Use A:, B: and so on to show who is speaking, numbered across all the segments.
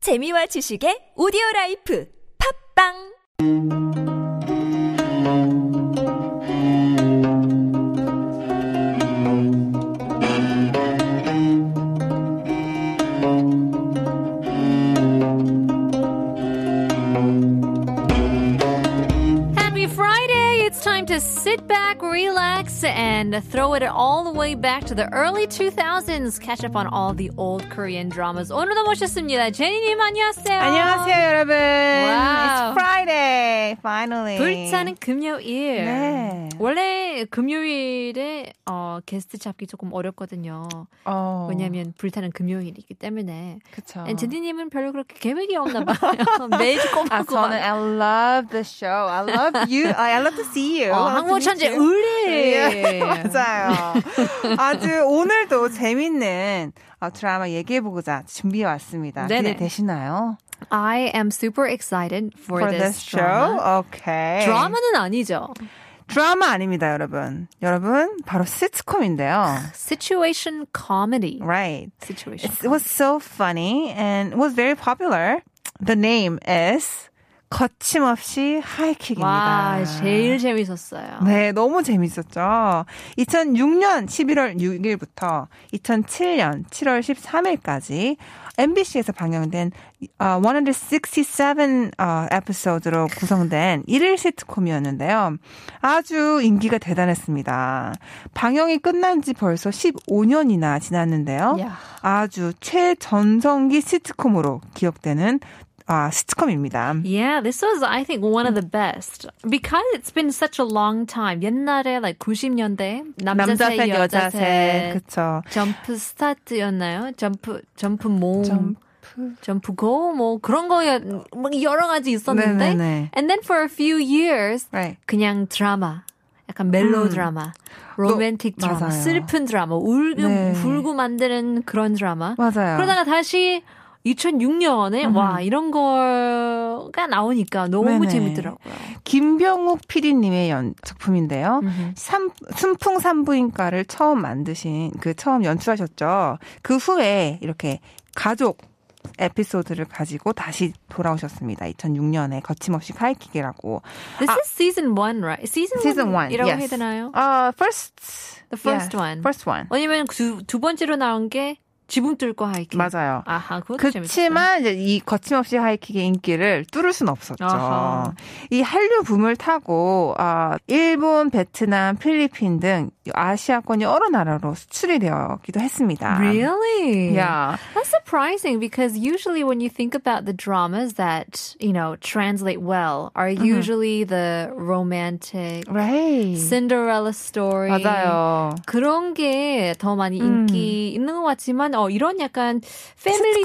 A: 재미와 지식의 오디오 라이프 팝빵
B: Happy Friday! It's time to sit back, relax, and throw it all the way back to the early 2000s. Catch up on all the old Korean dramas. 오늘도 모셨습니다. 제니님 안녕하세요.
C: 안녕하세요, 여러분.
B: 와우.
C: It's Friday, finally.
B: 불타는 금요일.
C: 네.
B: 원래 금요일에 어, 게스트 잡기 조금 어렵거든요.
C: 어,
B: 왜냐하면 불타는 금요일이기 때문에.
C: 그쵸.
B: 제니님은 별로 그렇게 계획이 없나 봐요. 매일
C: 아, 저는
B: 꼬박꼬박.
C: I love the show. I love you. I, I love to see you.
B: 어,
C: I love to
B: 한국
C: meet
B: 천재
C: you.
B: 의리.
C: 예, 맞아요. 아주 오늘도 재밌는 어, 드라마 얘기해보고자 준비해 왔습니다.
B: 네네.
C: 기대되시나요?
B: I am super excited for,
C: For
B: this,
C: this show?
B: drama.
C: Okay.
B: 드라마는 아니죠.
C: 드라마 아닙니다, 여러분. 여러분, 바로 시트콤인데요.
B: Situation comedy.
C: Right.
B: Situation.
C: It was so funny and was very popular. The name is 거침없이 하이킥입니다.
B: 와, 제일 재밌었어요.
C: 네, 너무 재밌었죠. 2006년 11월 6일부터 2007년 7월 13일까지 MBC에서 방영된 어, 167 어, 에피소드로 구성된 일일 시트콤이었는데요. 아주 인기가 대단했습니다. 방영이 끝난 지 벌써 15년이나 지났는데요.
B: 야.
C: 아주 최전성기 시트콤으로 기억되는 아, 시트콤입니다.
B: Yeah, this was I think one of the best because it's been such a long time. 옛날에 like 90년대 남자세
C: 남자셋, 여자셋.
B: 여자세
C: 그쵸.
B: 점프 스타트였나요? 점프 점프 몸
C: 점프.
B: 점프 고뭐 그런 거였 막 여러 가지 있었는데
C: 네네네.
B: and then for a few years
C: Right.
B: 그냥 드라마. 약간 멜로 드라마, 로맨틱
C: 너-
B: 드라마,
C: 음. 어, 맞아요.
B: 슬픈 드라마, 울고
C: 네.
B: 울고 만드는 그런 드라마.
C: 맞아요. 음.
B: 그러다가 다시 2006년에 와 이런 거가 나오니까 너무
C: 네네.
B: 재밌더라고요.
C: 김병욱 PD님의 연, 작품인데요.
B: 음흠.
C: 삼, 순풍 산부인과를 처음 만드신 그 처음 연출하셨죠. 그 후에 이렇게 가족 에피소드를 가지고 다시 돌아오셨습니다. 2006년에 거침없이 카이킥이라고.
B: This is season one, right? Season,
C: 아. Season
B: one
C: one,
B: 이라고
C: yes.
B: 해야 되나요?
C: 아, first
B: The first one.
C: First one.
B: 왜냐면 두, 두 번째로 나온 게 지붕 뚫고 하이킹.
C: 맞아요.
B: 아하, 그것도 재밌었어요.
C: 그렇지만 이제 이 거침없이 하이킥의 인기를 뚫을 순 없었죠.
B: 아하.
C: 이 한류 붐을 타고 아, 일본, 베트남, 필리핀 등 아시아권 여러 나라로 수출이 되었기도 했습니다.
B: Really?
C: Yeah.
B: That's surprising because usually when you think about the dramas that, you know, translate well are
C: Mm-hmm.
B: usually the romantic
C: Right.
B: Cinderella story.
C: Mm. 맞아요.
B: 그런 게 더 많이 인기 있는 것 같지만 어 이런 약간 패밀리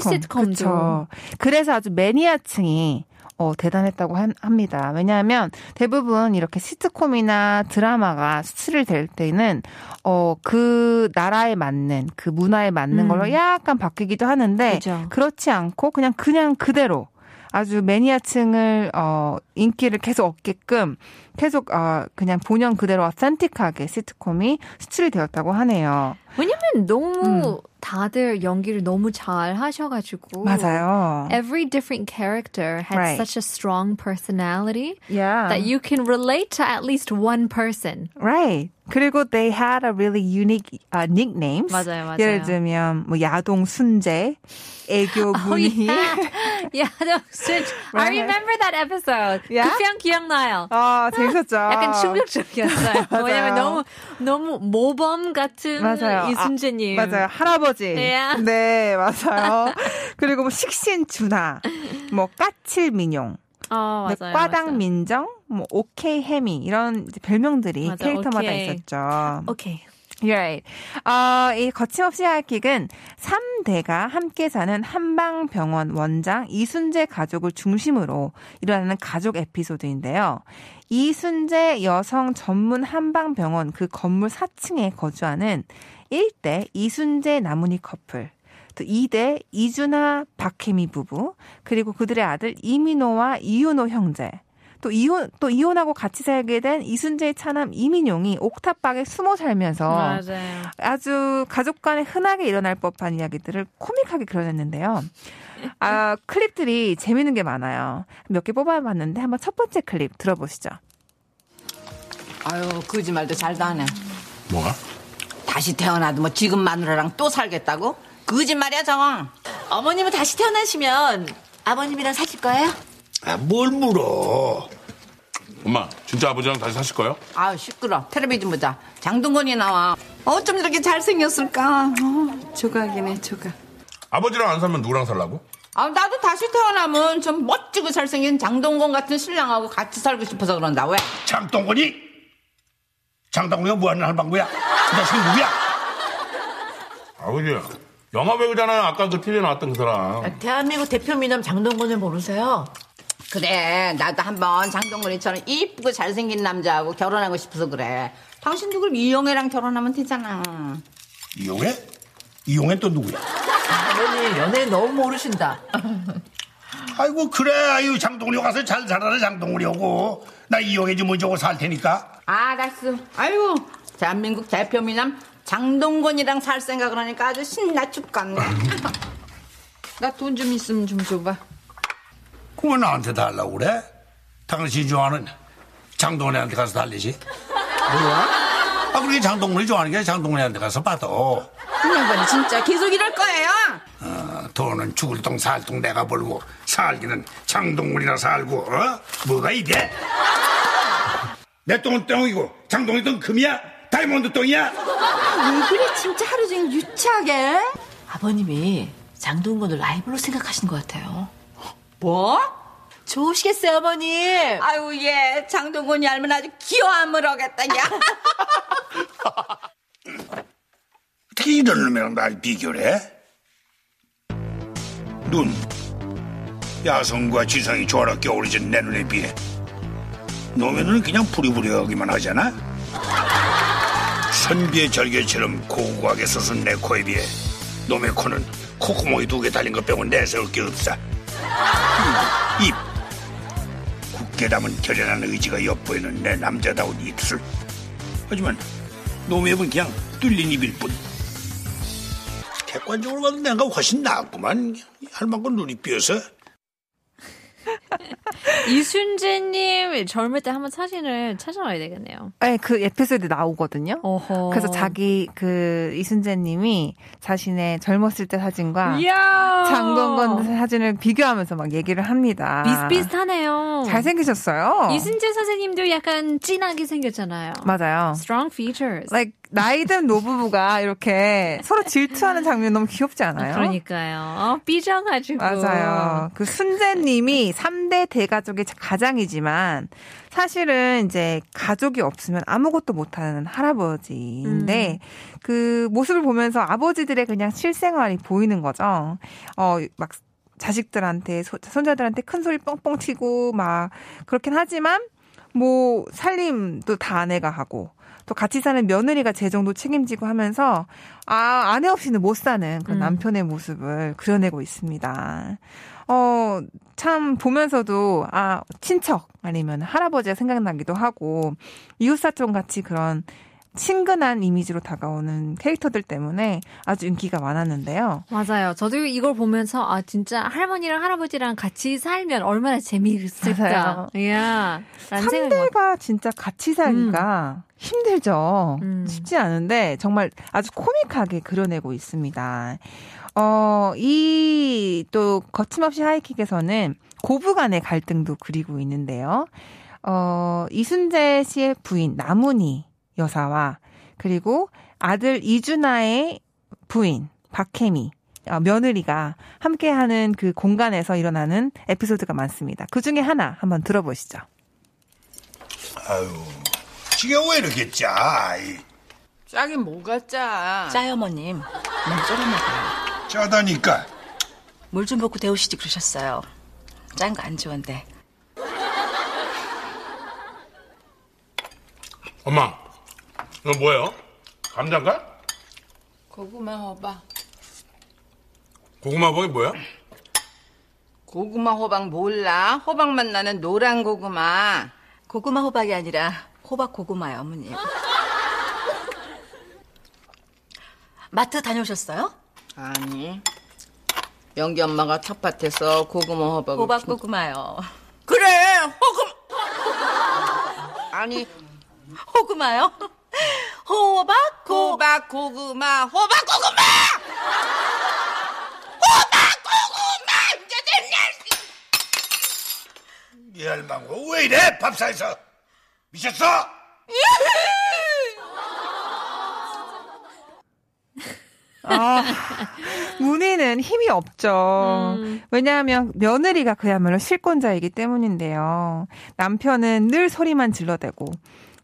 B: 시트콤도
C: 시트콤, 그쵸. 그래서 아주 매니아층이 어, 대단했다고 한- 합니다. 왜냐하면 대부분 이렇게 시트콤이나 드라마가 수출이 될 때는 어, 그 나라에 맞는 그 문화에 맞는
B: 음.
C: 걸로 약간 바뀌기도 하는데
B: 그죠.
C: 그렇지 않고 그냥 그냥 그대로 아주 매니아층을 어 인기를 계속 얻게끔 계속 어 그냥 본연 그대로 어센틱하게 시트콤이 수출이 되었다고 하네요.
B: 왜냐면 너무 다들 연기를 너무 잘 하셔가지고
C: 맞아요.
B: Every different character had
C: Right.
B: such a strong personality
C: Yeah.
B: that you can relate to at least one person.
C: Right. 그리고 they had a really unique uh, nicknames.
B: 맞아요, 맞아요.
C: 예를 들면 뭐 야동 순재,
B: 어,
C: 애교 무늬.
B: 예. yeah, that was it. I
C: Right.
B: remember that episode.
C: Yeah?
B: 그냥 기억나요.
C: 아, 재밌었죠.
B: 약간 충격적이었어요. 왜냐면 너무
C: 맞아요.
B: 너무 모범 같은
C: 맞아요. 아,
B: 이순재님.
C: 맞아요. 할아버지.
B: Yeah.
C: 네, 맞아요. 그리고 뭐 식신 준하, 뭐 까칠 민용,
B: 어,
C: 뭐
B: 맞아요.
C: 과당
B: 맞아요.
C: 민정, 뭐 오케이 해미 이런 이제 별명들이
B: 맞아요.
C: 캐릭터마다
B: 오케이.
C: 있었죠.
B: 오케이.
C: You're right. 어, 이 거침없이 하이킥은 3대가 함께 사는 한방병원 원장 이순재 가족을 중심으로 일어나는 가족 에피소드인데요. 이순재 여성 전문 한방병원 그 건물 4층에 거주하는 1대 이순재 나문희 커플. 또 2대 이준하 박혜미 부부, 그리고 그들의 아들 이민호와 이윤호 형제, 또 이혼 또 이혼하고 같이 살게 된 이순재의 차남 이민용이 옥탑방에 숨어 살면서
B: 맞아요.
C: 아주 가족 간에 흔하게 일어날 법한 이야기들을 코믹하게 그려냈는데요. 아, 클립들이 재밌는 게 많아요. 몇 개 뽑아봤는데 한번 첫 번째 클립 들어보시죠.
D: 아유 거짓말도 잘도 하네
E: 뭐가?
D: 다시 태어나도 뭐 지금 마누라랑 또 살겠다고? 거짓말이야 저거 어머님은 다시 태어나시면 아버님이랑 사실 거예요?
E: 아, 뭘 물어? 엄마, 진짜 아버지랑 다시 사실 거예요?
D: 아유 시끄러 텔레비전 보자 장동건이 나와 어쩜 이렇게 잘생겼을까 어, 조각이네 조각
E: 아버지랑 안 살면 누구랑 살라고?
D: 아 나도 다시 태어나면 좀 멋지고 잘생긴 장동건 같은 신랑하고 같이 살고 싶어서 그런다 왜?
E: 장동건이? 장동건이가 뭐하는 할방구야? 그 자식 누구야? 아버지, 영화 배우잖아요. 아까 그 TV에 나왔던 그 사람.
F: 대한민국 대표 미남 장동건을 모르세요?
D: 그래 나도 한번 장동건이처럼 이쁘고 잘생긴 남자하고 결혼하고 싶어서 그래 당신도 그럼 이영애랑 결혼하면 되잖아
E: 이용해? 이용해 또 누구야?
F: 어머니 연애 너무 모르신다.
E: 아이고, 그래. 아유, 장동건이 가서 잘 살아라, 장동건이 오고. 나 이용해 주면 저거 살 테니까.
D: 알았어 아, 아이고 대한민국 대표 미남 장동건이랑 살 생각을 하니까 아주 신나 죽겠네 나 돈 좀 있으면 좀 줘봐
E: 그왜 나한테 달라고 그래? 당신이 좋아하는 장동건이한테 가서 달리지? 뭐야? 아, 그렇게 장동건이 좋아하는 게 장동건이한테 가서 받아.
D: 그 양반이 진짜 계속 이럴 거예요
E: 어, 돈은 죽을 똥 살 똥 내가 벌고 살기는 장동건이라 살고 어? 뭐가 이래? 내 똥은 똥이고 장동이 똥 금이야? 다이몬드 똥이야?
D: 왜 그래 진짜 하루 종일 유치하게
F: 아버님이 장동건을 라이벌로 생각하신 것 같아요.
D: 뭐?
F: 좋으시겠어요 어머님.
D: 아유 얘 장동건이 알면 아주 귀여함을 하겠다 야
E: 어떻게 이런 놈이랑 날 비교를 해? 눈. 야성과 지성이 조화롭 겨울이 전 내 눈에 비해. 놈의 눈은 그냥 부리부리하기만 하잖아? 선비의 절개처럼 고고하게 솟은 내 코에 비해 놈의 코는 콧구멍이 두 개 달린 것 빼고 내세울 게 없어. 음, 입. 굳게 담은 결연한 의지가 엿보이는 내 남자다운 입술. 하지만 놈의 입은 그냥 뚫린 입일 뿐. 객관적으로 봐도 내가 훨씬 낫구만. 할 만큼 눈이 삐어서.
B: 이순재님 젊을 때 한번 사진을 찾아와야 되겠네요.
C: 네, 그 에피소드 나오거든요.
B: 어허.
C: 그래서 자기 그 이순재님이 자신의 젊었을 때 사진과 어.
B: 이야.
C: 장동건 그 사진을 비교하면서 막 얘기를 합니다.
B: 비슷비슷하네요.
C: 아. 잘생기셨어요.
B: 이순재 선생님도 약간 진하게 생겼잖아요.
C: 맞아요.
B: Strong features.
C: like 나이든 노부부가 이렇게 서로 질투하는 장면 너무 귀엽지 않아요?
B: 그러니까요. 어, 삐져가지고.
C: 맞아요. 그 순재님이 3대 대가족의 가장이지만 사실은 이제 가족이 없으면 아무것도 못하는 할아버지인데 그 모습을 보면서 아버지들의 그냥 실생활이 보이는 거죠. 어, 막 자식들한테, 소- 손자들한테 큰 소리 뻥뻥 튀고 막 그렇긴 하지만 뭐 살림도 다 아내가 하고 또 같이 사는 며느리가 제 정도 책임지고 하면서 아 아내 없이는 못 사는 그런 남편의 모습을 그려내고 있습니다. 어 참 보면서도 아 친척 아니면 할아버지가 생각나기도 하고 이웃사촌 같이 그런 친근한 이미지로 다가오는 캐릭터들 때문에 아주 인기가 많았는데요.
B: 맞아요. 저도 이걸 보면서 아 진짜 할머니랑 할아버지랑 같이 살면 얼마나
C: 맞아요.
B: 재미있을까. 이야. 라는 생각이 막-
C: 3대가 진짜 같이 살기가 힘들죠.
B: 음.
C: 쉽지 않은데 정말 아주 코믹하게 그려내고 있습니다. 어, 이 또 거침없이 하이킥에서는 고부 간의 갈등도 그리고 있는데요. 어, 이순재 씨의 부인 나문희 여사와 그리고 아들 이준하의 부인 박혜미 어, 며느리가 함께하는 그 공간에서 일어나는 에피소드가 많습니다. 그 중에 하나 한번 들어보시죠.
E: 아유, 지게 왜 이렇게 짜? 이,
D: 짜긴 뭐가 짜
F: 짜요 어머님. 너무 쫄아먹어요.
E: 짜다니까.
F: 물 좀 먹고 데우시지 그러셨어요. 짠 거 안 좋은데.
G: 엄마, 이거 뭐예요? 감자인가?
D: 고구마 호박
G: 고구마 버이 뭐야?
D: 고구마 호박 몰라? 호박맛 나는 노란 고구마.
F: 고구마 호박이 아니라 호박 고구마요, 어머님. 마트 다녀오셨어요?
D: 아니. 영기 엄마가 텃밭에서 고구마 호박을
F: 호박
D: 키-
F: 고구마요.
D: 그래 호구 아니
F: 호구마요? 호박 고
D: 호박 고구마 호박 고구마 호박 고구마 이제 됐네
E: 이 할망구 왜 이래 밥상에서 미쳤어?
C: 아, 문희는 힘이 없죠. 왜냐하면 며느리가 그야말로 실권자이기 때문인데요. 남편은 늘 소리만 질러대고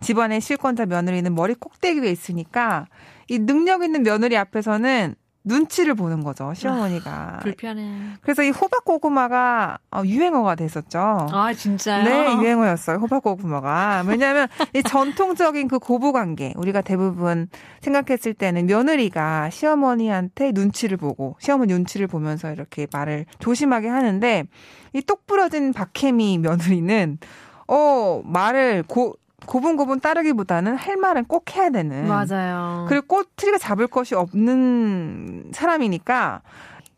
C: 집안의 실권자 며느리는 머리 꼭대기 에 있으니까 이 능력 있는 며느리 앞에서는 눈치를 보는 거죠 시어머니가.
B: 불편해.
C: 그래서 이 호박 고구마가 어, 유행어가 됐었죠.
B: 아, 진짜요?
C: 네, 유행어였어요. 호박고구마가. 왜냐하면 이 전통적인 그 고부 관계 우리가 대부분 생각했을 때는 며느리가 시어머니한테 눈치를 보고 시어머니 눈치를 보면서 이렇게 말을 조심하게 하는데 이 똑 부러진 박혜미 며느리는 어 말을 고 고분고분 따르기보다는 할 말은 꼭 해야 되는
B: 맞아요.
C: 예. 그리고 꼬투리가 잡을 것이 없는 사람이니까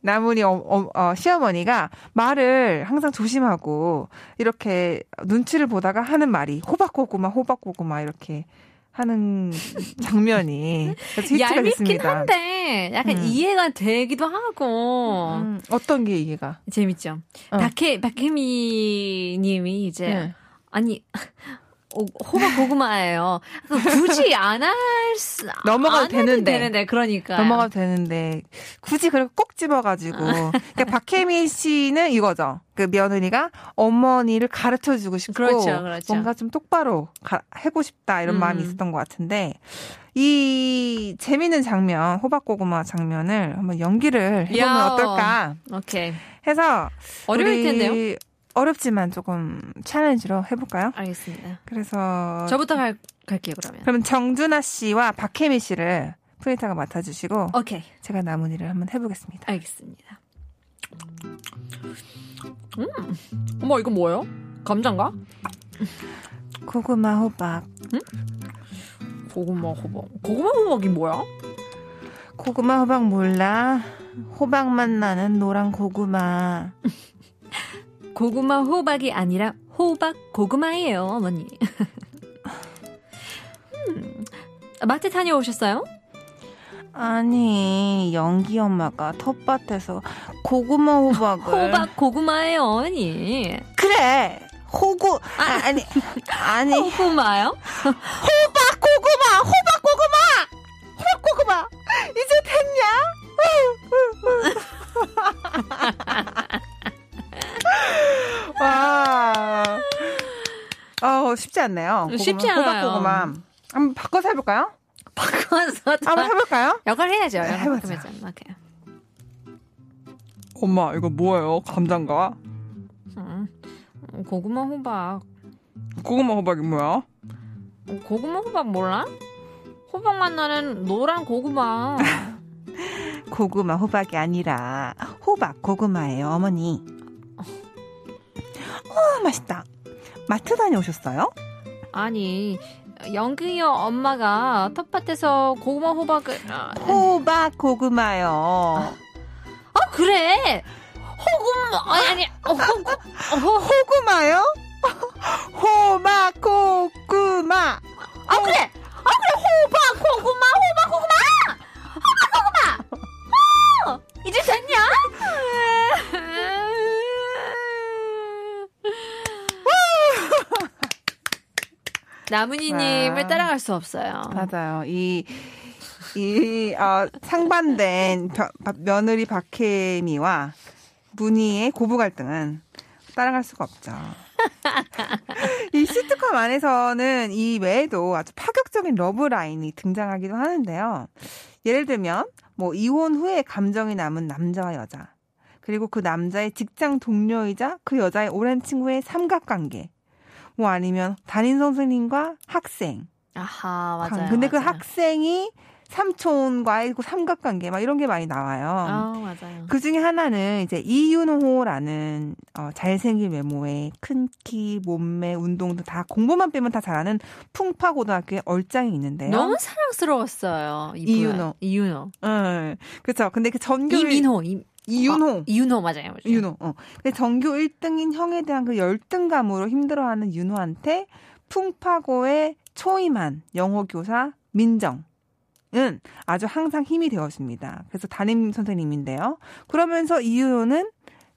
C: 나문이 어, 어, 어, 시어머니가 말을 항상 조심하고 이렇게 눈치를 보다가 하는 말이 호박고구마 호박고구마 이렇게 하는 장면이 그래서 히트가
B: 얄밉긴
C: 됐습니다.
B: 한데 약간
C: 음.
B: 이해가 되기도 하고
C: 음, 어떤 게 이해가?
B: 재밌죠.
C: 어.
B: 박혜 박혜미님이 이제
C: 네.
B: 아니 오, 호박 고구마예요. 굳이 안 할 수,
C: 넘어가도
B: 안 해도
C: 되는데.
B: 되는데 그러니까
C: 넘어가도 되는데 굳이 그걸 꼭 집어가지고
B: 아.
C: 그러니까 박혜민 씨는 이거죠. 그 며느리가 어머니를 가르쳐 주고 싶고
B: 그렇죠, 그렇죠.
C: 뭔가 좀 똑바로 가, 하고 싶다 이런 마음이
B: 음.
C: 있었던 것 같은데 이 재밌는 장면 호박고구마 장면을 한번 연기를 해보면
B: 야오.
C: 어떨까
B: 오케이
C: 해서
B: 어려울
C: 우리
B: 텐데요.
C: 어렵지만 조금 챌린지로 해볼까요?
B: 알겠습니다.
C: 그래서
B: 저부터 갈, 갈게요 그러면.
C: 그럼 정준하 씨와 박혜민 씨를 프리타가 맡아주시고
B: 오케이
C: 제가 나문이를 한번 해보겠습니다.
B: 알겠습니다. 음, 어머 이거 뭐예요? 감자인가?
C: 고구마 호박
B: 고구마 호박. 고구마 호박이 뭐야?
C: 고구마 호박 몰라 호박맛 나는 노란 고구마
B: 고구마 호박이 아니라 호박 고구마예요, 어머니. 음, 마트 다녀오셨어요?
C: 아니 영기 엄마가 텃밭에서 고구마 호박을
B: 호박 고구마예요, 어머니.
C: 그래 호구 아, 아니 아니
B: 고구마요?
C: 호박 고구마 호박 고구마 호박 고구마 이제 됐냐 와 어, 쉽지 않네요. 고구마,
B: 쉽지
C: 호박
B: 않아요.
C: 고구마. 한번 바꿔서 해볼까요?
B: 바꿔서
C: 한번 해볼까요?
B: 역할 해야죠.
C: 아, 네,
B: 역할
C: 해보자.
B: 해야죠. 오케이.
C: 엄마 이거 뭐예요? 감자인가?
B: 음, 고구마 호박.
C: 고구마 호박이 뭐야?
B: 고구마 호박 몰라? 호박맛 나는 노란 고구마.
C: 고구마 호박이 아니라 호박 고구마예요 어머니 어 맛있다 마트 다녀오셨어요?
B: 아니, 영근이 엄마가 텃밭에서 고구마 호박을. 아,
C: 호박 고구마요
B: 아, 그래! 호구마, 아니, 아니, 어, 호구, 어, 호,
C: 고구마요? 호박 고구마
B: 아 그래! 아 그래 호박 고구마 호박 고구마 호박 고구마 어! 이제 됐냐? 나문이님을
C: 와.
B: 따라갈 수 없어요.
C: 네. 맞아요 이 이, 어, 상반된 벼- 바- 며느리 박혜미와 문희의 고부 갈등은 따라갈 수가 없죠. 이 시트콤 안에서는 이 외에도 아주 파격적인 러브라인이 등장하기도 하는데요. 예를 들면, 뭐, 이혼 후에 감정이 남은 남자와 여자, 그리고 그 남자의 직장 동료이자 그 여자의 오랜 친구의 삼각관계, 뭐 아니면 담임 선생님과 학생,
B: 아하 맞아요.
C: 근데 그
B: 맞아요.
C: 학생이 삼촌과의 그 삼각관계 막 이런 게 많이 나와요.
B: 아, 맞아요.
C: 그 중에 하나는 이제 이윤호라는 어, 잘생긴 외모에 큰 키, 몸매, 운동도 다 공부만 빼면 다 잘하는 풍파고등학교의 얼짱이 있는데요.
B: 너무 사랑스러웠어요. 이
C: 이윤호.
B: 분은. 이윤호.
C: 응, 그렇죠. 근데 그 전교 일-
B: 이민호. 이,
C: 이윤호.
B: 아, 이윤호 맞아요. 맞아요.
C: 윤호. 어. 근데 전교 1등인 형에 대한 그 열등감으로 힘들어하는 윤호한테 풍파고의 초임한 영어 교사 민정. 은 아주 항상 힘이 되었습니다. 그래서 담임 선생님인데요. 그러면서 이윤호는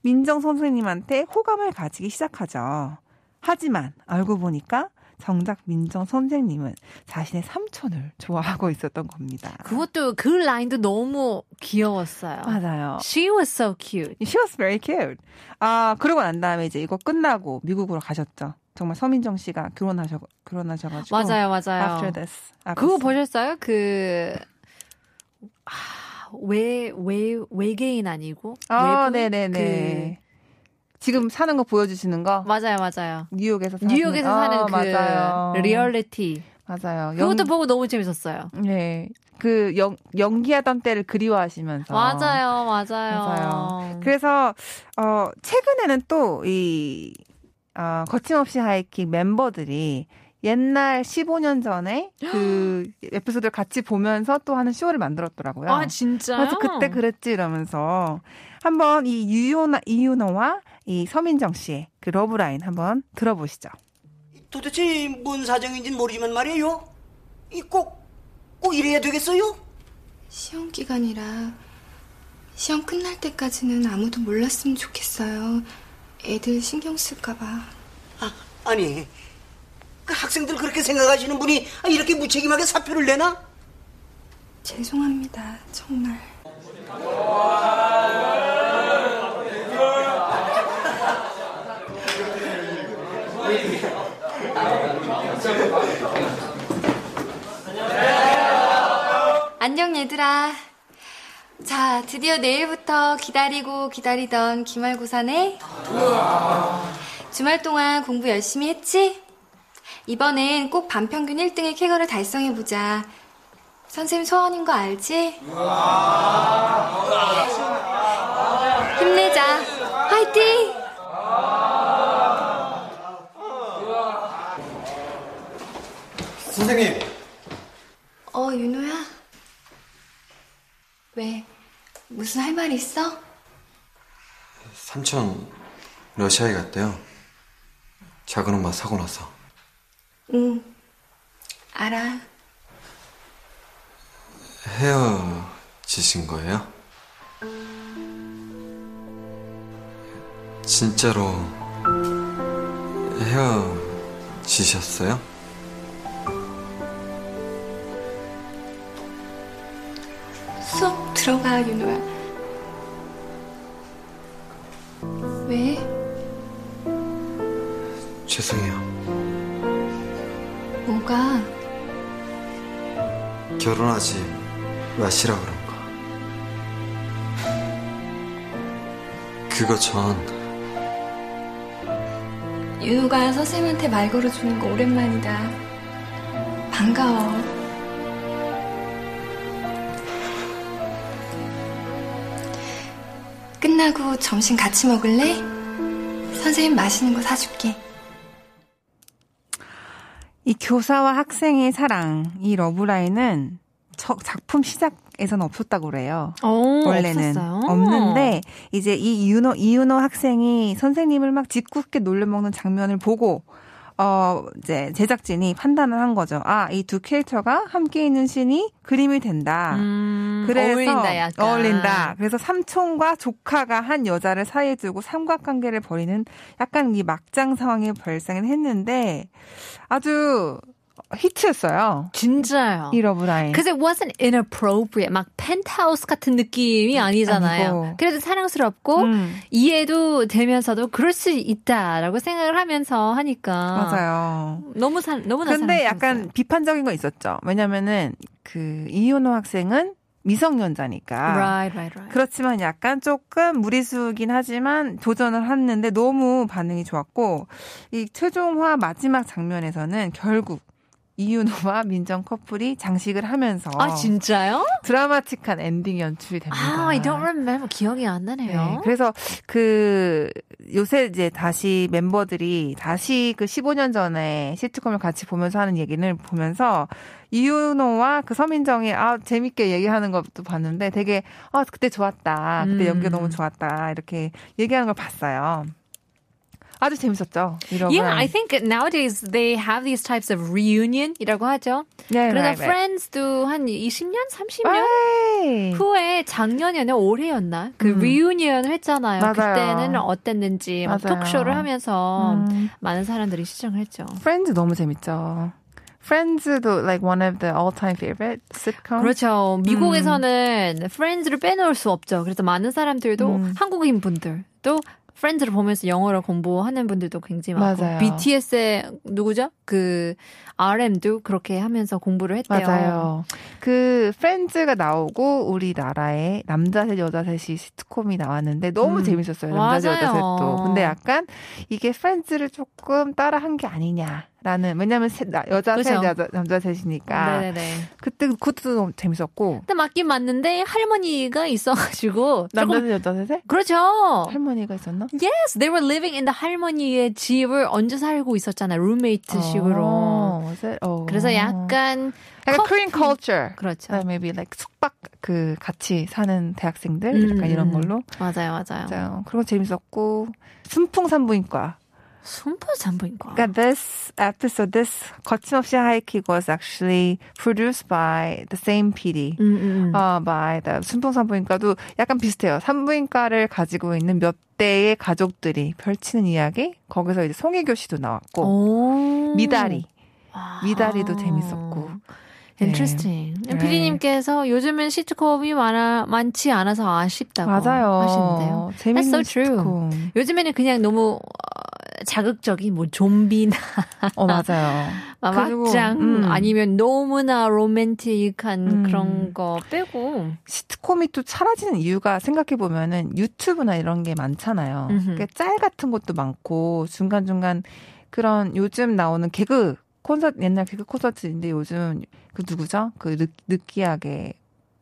C: 민정 선생님한테 호감을 가지기 시작하죠. 하지만 알고 보니까 정작 민정 선생님은 자신의 삼촌을 좋아하고 있었던 겁니다.
B: 그것도 그 라인도 너무 귀여웠어요.
C: 맞아요.
B: She was so cute.
C: She was very cute. 아, 그러고 난 다음에 이제 이거 끝나고 미국으로 가셨죠. 정말 서민정 씨가 결혼하셔 결혼하셔가지고
B: 맞아요, 맞아요.
C: 어, After this, after
B: 그거
C: this.
B: 보셨어요? 그, 아, 외, 외, 외계인 아니고?
C: 아,
B: 외부인?
C: 네네네. 지금 사는 거 보여주시는 거
B: 그, 맞아요, 맞아요.
C: 뉴욕에서 사는,
B: 뉴욕에서
C: 아,
B: 사는 그
C: 맞아요.
B: 리얼리티.
C: 맞아요.
B: 그것도
C: 연-
B: 보고 너무 재밌었어요.
C: 네, 그 연, 연기하던 때를 그리워하시면서
B: 맞아요, 맞아요.
C: 맞아요. 그래서 어 최근에는 또 이 어, 거침없이 하이킥 멤버들이 옛날 15년 전에 그 에피소드를 같이 보면서 또 하는 쇼를 만들었더라고요.
B: 아, 진짜요?
C: 그래서 그때 그랬지 이러면서 한번 이 유효나 이윤호와 이 서민정 씨의 그 러브라인 한번 들어보시죠.
H: 도대체 뭔 사정인지는 모르지만 말이에요. 이 꼭, 꼭 이래야 되겠어요?
I: 시험 기간이라 시험 끝날 때까지는 아무도 몰랐으면 좋겠어요. 애들 신경 쓸까봐.
H: 아, 아니, 그 학생들 그렇게 생각하시는 분이 이렇게 무책임하게 사표를 내나?
I: 죄송합니다. 정말. 안녕 얘들아. 자, 드디어 내일부터 기다리고 기다리던 기말고사네. 주말 동안 공부 열심히 했지? 이번엔 꼭 반평균 1등의 쾌거를 달성해보자. 선생님 소원인 거 알지? 힘내자.
C: 그
I: 화이팅!
J: 선생님,
I: 어, 윤호야? 왜? 무슨 할 말 있어?
J: 삼촌 러시아에 갔대요. 작은 엄마 사고 나서
I: 응. 알아.
J: 헤어지신 거예요? 진짜로 헤어지셨어요?
I: 수업 들어가, 윤호야. 왜?
J: 죄송해요.
I: 뭐가?
J: 결혼하지 마시라 그런 거. 그거 전
I: 윤호가 선생님한테 말 걸어주는 거 오랜만이다. 반가워. 끝나고 점심 같이 먹을래? 선생님 맛있는 거 사줄게.
C: 이 교사와 학생의 사랑, 이 러브라인은 저- 작품 시작에선 없었다고 그래요.
B: 오,
C: 원래는
B: 어, 없었어요?
C: 는데 이제 이 이윤호 이윤호 학생이 선생님을 막 짓궂게 놀려먹는 장면을 보고 어 이제 제작진이 판단을 한 거죠. 아 이 두 캐릭터가 함께 있는 신이 그림이 된다.
B: 음,
C: 그래서
B: 어울린다, 약간.
C: 어울린다. 그래서 삼촌과 조카가 한 여자를 사이에 두고 삼각관계를 벌이는 약간 이 막장 상황이 발생을 했는데 아주 히트였어요.
B: 진짜요.
C: 이 러브라인.
B: Because it wasn't inappropriate. 막 펜트하우스 같은 느낌이 아니잖아요.
C: 아니고.
B: 그래도 사랑스럽고
C: 음.
B: 이해도 되면서도 그럴 수 있다라고 생각을 하면서 하니까
C: 맞아요.
B: 너무 사 너무나
C: 근데
B: 사랑스러웠어요.
C: 약간 비판적인 거 있었죠. 왜냐면은 그 이윤호 학생은 미성년자니까.
B: right, right, right.
C: 그렇지만 약간 조금 무리수긴 하지만 도전을 했는데 너무 반응이 좋았고 이 최종화 마지막 장면에서는 결국 이윤호와 민정 커플이 장식을 하면서
B: 아, 진짜요?
C: 어. 드라마틱한 엔딩 연출이 됩니다.
B: 아, I don't remember. 기억이 안
C: 네,
B: 나네요.
C: 그래서 그 요새 이제 다시 멤버들이 다시 그 15년 전에 시트콤을 같이 보면서 하는 얘기를 보면서 이윤호와 그 서민정이 아 재밌게 얘기하는 것도 봤는데 되게 아 그때 좋았다 그때
B: 음.
C: 연기 너무 좋았다 이렇게 얘기하는 걸 봤어요. 아주 재밌었죠. 이러면.
B: Yeah, I think nowadays they have these types of reunion이라고 하죠.
C: 네,
B: 그러니까
C: right, 아, right.
B: Friends도 한 20년, 30년
C: 에이.
B: 후에 작년이었나 올해였나 그 리유니언 했잖아요.
C: 음. 맞아요.
B: 그때는 어땠는지 막
C: 맞아요.
B: 톡쇼를 하면서
C: 음.
B: 많은 사람들이 시청했죠.
C: Friends 너무 재밌죠. Friends도 like one of the all-time favorite sitcom.
B: 그렇죠. 미국에서는
C: 음.
B: 프렌즈를 빼놓을 수 없죠. 그래서 많은 사람들도 한국인 분들 또 프렌즈를 보면서 영어를 공부하는 분들도 굉장히 많고
C: 맞아요.
B: BTS의 누구죠? 그 RM도 그렇게 하면서 공부를 했대요.
C: 맞아요. 그 프렌즈가 나오고 우리나라에 남자 셋 여자 셋이 시트콤이 나왔는데 너무 재밌었어요. 남자 셋 여자
B: 음. 맞아요.
C: 셋도. 근데 약간 이게 프렌즈를 조금 따라한 게 아니냐라는 왜냐면 셋, 나- 여자 셋
B: 그죠.
C: 여자, 남자 셋이니까
B: 네네네.
C: 그때 그것도 너무 재밌었고
B: 근데 맞긴 맞는데 할머니가 있어가지고
C: 남자
B: 조금
C: 셋 여자 셋에
B: 그렇죠.
C: 할머니가 있었나?
B: Yes, they were living in the 할머니의 집을 얹어 살고 있었잖아, 그 룸메이트식으로.
C: 어, was it? 어.
B: 그래서 약간
C: 약간
B: 커피-
C: Korean culture.
B: 그렇죠.
C: 그다음에 maybe like 숙박 그 같이 사는 대학생들
B: 음,
C: 약간
B: 음.
C: 이런 걸로
B: 맞아요, 맞아요.
C: 맞아요. 어, 그런 거 재밌었고 순풍산부인과.
B: 손포 산부인과.
C: 그러니까 this episode, this 거침없이 하이킥 was actually produced by the same PD.
B: 음, 음, 음.
C: 어, by the 순풍산부인과도 약간 비슷해요. 산부인과를 가지고 있는 몇 대의 가족들이 펼치는 이야기. 거기서 이제 송혜교 씨도 나왔고
B: 오.
C: 미다리.
B: 아.
C: 미다리도 재밌었고.
B: Interesting.
C: 네.
B: 피디님께서 요즘은 시트콤이 많아, 많지 않아서 아쉽다고 하시는데요.
C: 맞아요.
B: That's so
C: 재밌는
B: true.
C: 시트콤.
B: 요즘에는 그냥 너무 어, 자극적인 뭐 좀비나
C: 어 맞아요.
B: 막
C: 그리고,
B: 막장
C: 음.
B: 아니면 너무나 로맨틱한
C: 음.
B: 그런 거 빼고
C: 시트콤이 또 사라지는 이유가 생각해 보면은 유튜브나 이런 게 많잖아요.
B: 음흠.
C: 그러니까 짤 같은 것도 많고 중간 중간 그런 요즘 나오는 개그 콘서트 옛날 개그 콘서트인데 요즘 그 누구죠? 그 느, 느끼하게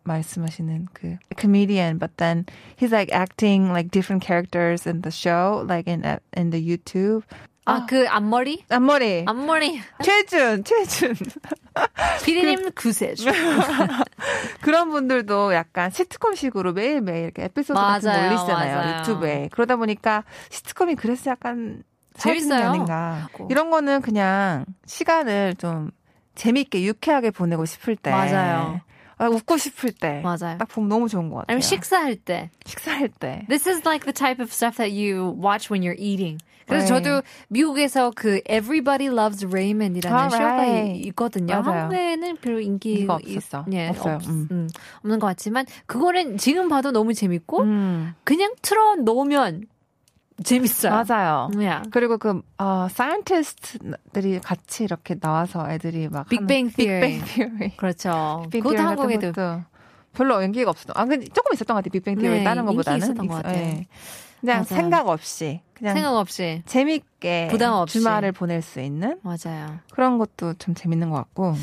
C: 말씀하시는 그 comedian, but then he's like acting like different characters in the show, like in in the YouTube.
B: 아 그 앞머리
C: 앞머리
B: 아. 앞머리
C: 최준 최준 그
B: 피디님 구세주
C: 네. 그런 분들도 약간 시트콤식으로 매일매일 이렇게 에피소드 같은 거
B: 맞아요,
C: 올리시잖아요.
B: 맞아요.
C: 유튜브에. 그러다 보니까 시트콤이 그래서 약간 사라지는 게
B: 재밌어요.
C: 아닌가.
B: 하고.
C: 이런 거는 그냥 시간을 좀 재밌게 유쾌하게 보내고 싶을 때.
B: 맞아요.
C: 아, 웃고 싶을 때.
B: 맞아요.
C: 딱 보면 너무 좋은 것 같아요.
B: 아니면 식사할 때
C: 식사할 때.
B: This is like the type of stuff that you watch when you're eating. 그래서
C: 네.
B: 저도 미국에서 그 Everybody Loves Raymond이라는
C: Alright.
B: 쇼가 이- 있거든요.
C: 아, 맞아요.
B: 한국에는 별로 인기가
C: 인기가 없었어.
B: 예,
C: 없어요.
B: 없,
C: 음.
B: 음, 없는 것 같지만 그거는 지금 봐도 너무 재밌고
C: 음,
B: 그냥 틀어 놓으면 재밌어요. 음,
C: 맞아요.
B: Yeah.
C: 그리고 그, 어, 사이언티스트들이 같이 이렇게 나와서 애들이 막.
B: 빅뱅
C: 하는-
B: Theory.
C: 빅뱅 Theory.
B: 그렇죠.
C: 빅뱅
B: 그것도
C: 디어리
B: 한국에도
C: 같은 것도 별로 연기가 없었던. 아, 근데 조금 있었던 것 같아요. 빅뱅 디어리
B: 네,
C: 다른
B: 인기
C: 것보다는
B: 있었던 것 같아요.
C: 예. 그냥
B: 맞아요.
C: 생각 없이 그냥
B: 생각 없이
C: 재밌게
B: 부담 없이.
C: 주말을 보낼 수 있는
B: 맞아요.
C: 그런 것도 좀 재밌는 것 같고.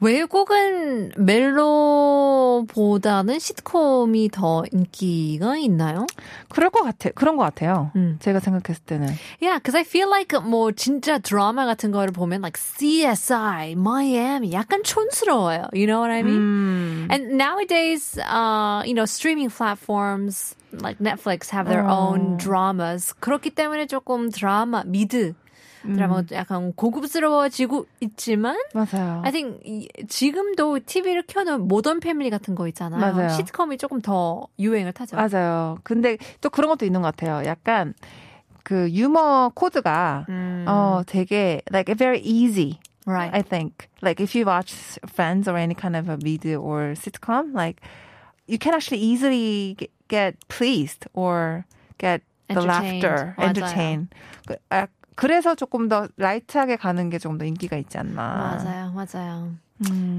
B: 외국은 멜로보다는 시트콤이 더 인기가 있나요?
C: 그럴 것 같아. 그런 것 같아요.
B: 음.
C: 제가 생각했을 때는
B: Yeah, because I feel like 뭐 진짜 드라마 같은 거를 보면 like CSI, Miami 약간 촌스러워요. You know what I mean? And nowadays, uh, you know, streaming platforms like Netflix have their own dramas. 그렇기 때문에 조금 드라마 미드 드라마 약간 고급스러워지고 있지만
C: 맞아요.
B: I think 이- 지금도 TV를 켜놓은 모던 패밀리 같은 거 있잖아요.
C: 맞아요.
B: 시트콤이 조금 더 유행을 타죠.
C: 맞아요. 근데 또 그런 것도 있는 것 같아요. 약간 그 유머 코드가
B: 음.
C: 어 되게 like very easy.
B: Right.
C: I think. Like if you watch Friends or any kind of a video or sitcom, like you can actually easily g- get pleased or get the
B: Entertained.
C: laughter,
B: 맞아요.
C: entertain. 그, 아, 그래서 조금 더 라이트하게 가는 게 조금 더 인기가 있지 않나.
B: 맞아요, 맞아요.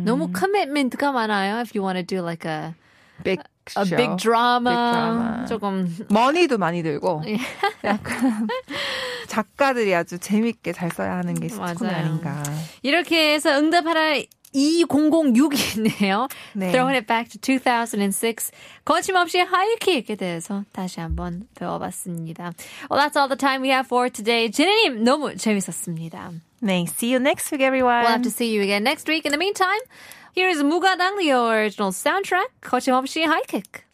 B: 너무 커밋먼트가 많아요. If you want to do like a
C: Big
B: a
C: show.
B: big drama,
C: Big drama.
B: 조금
C: 머니도 많이 들고
B: 예.
C: 약간 작가들이 아주 재밌게 잘 써야 하는 게 스토커는
B: 맞아요.
C: 아닌가.
B: 이렇게 해서 응답하라 2006이네요. Throwing it back to 2006. 거침없이 하이킥에 대해서 다시 한번 배워봤습니다. Well, that's all the time we have for today. 지니님 너무 재밌었습니다.
C: 네, see you next week, everyone.
B: We'll have to see you again next week. In the meantime, here is Mugadang, the original soundtrack. 거침없이 하이킥.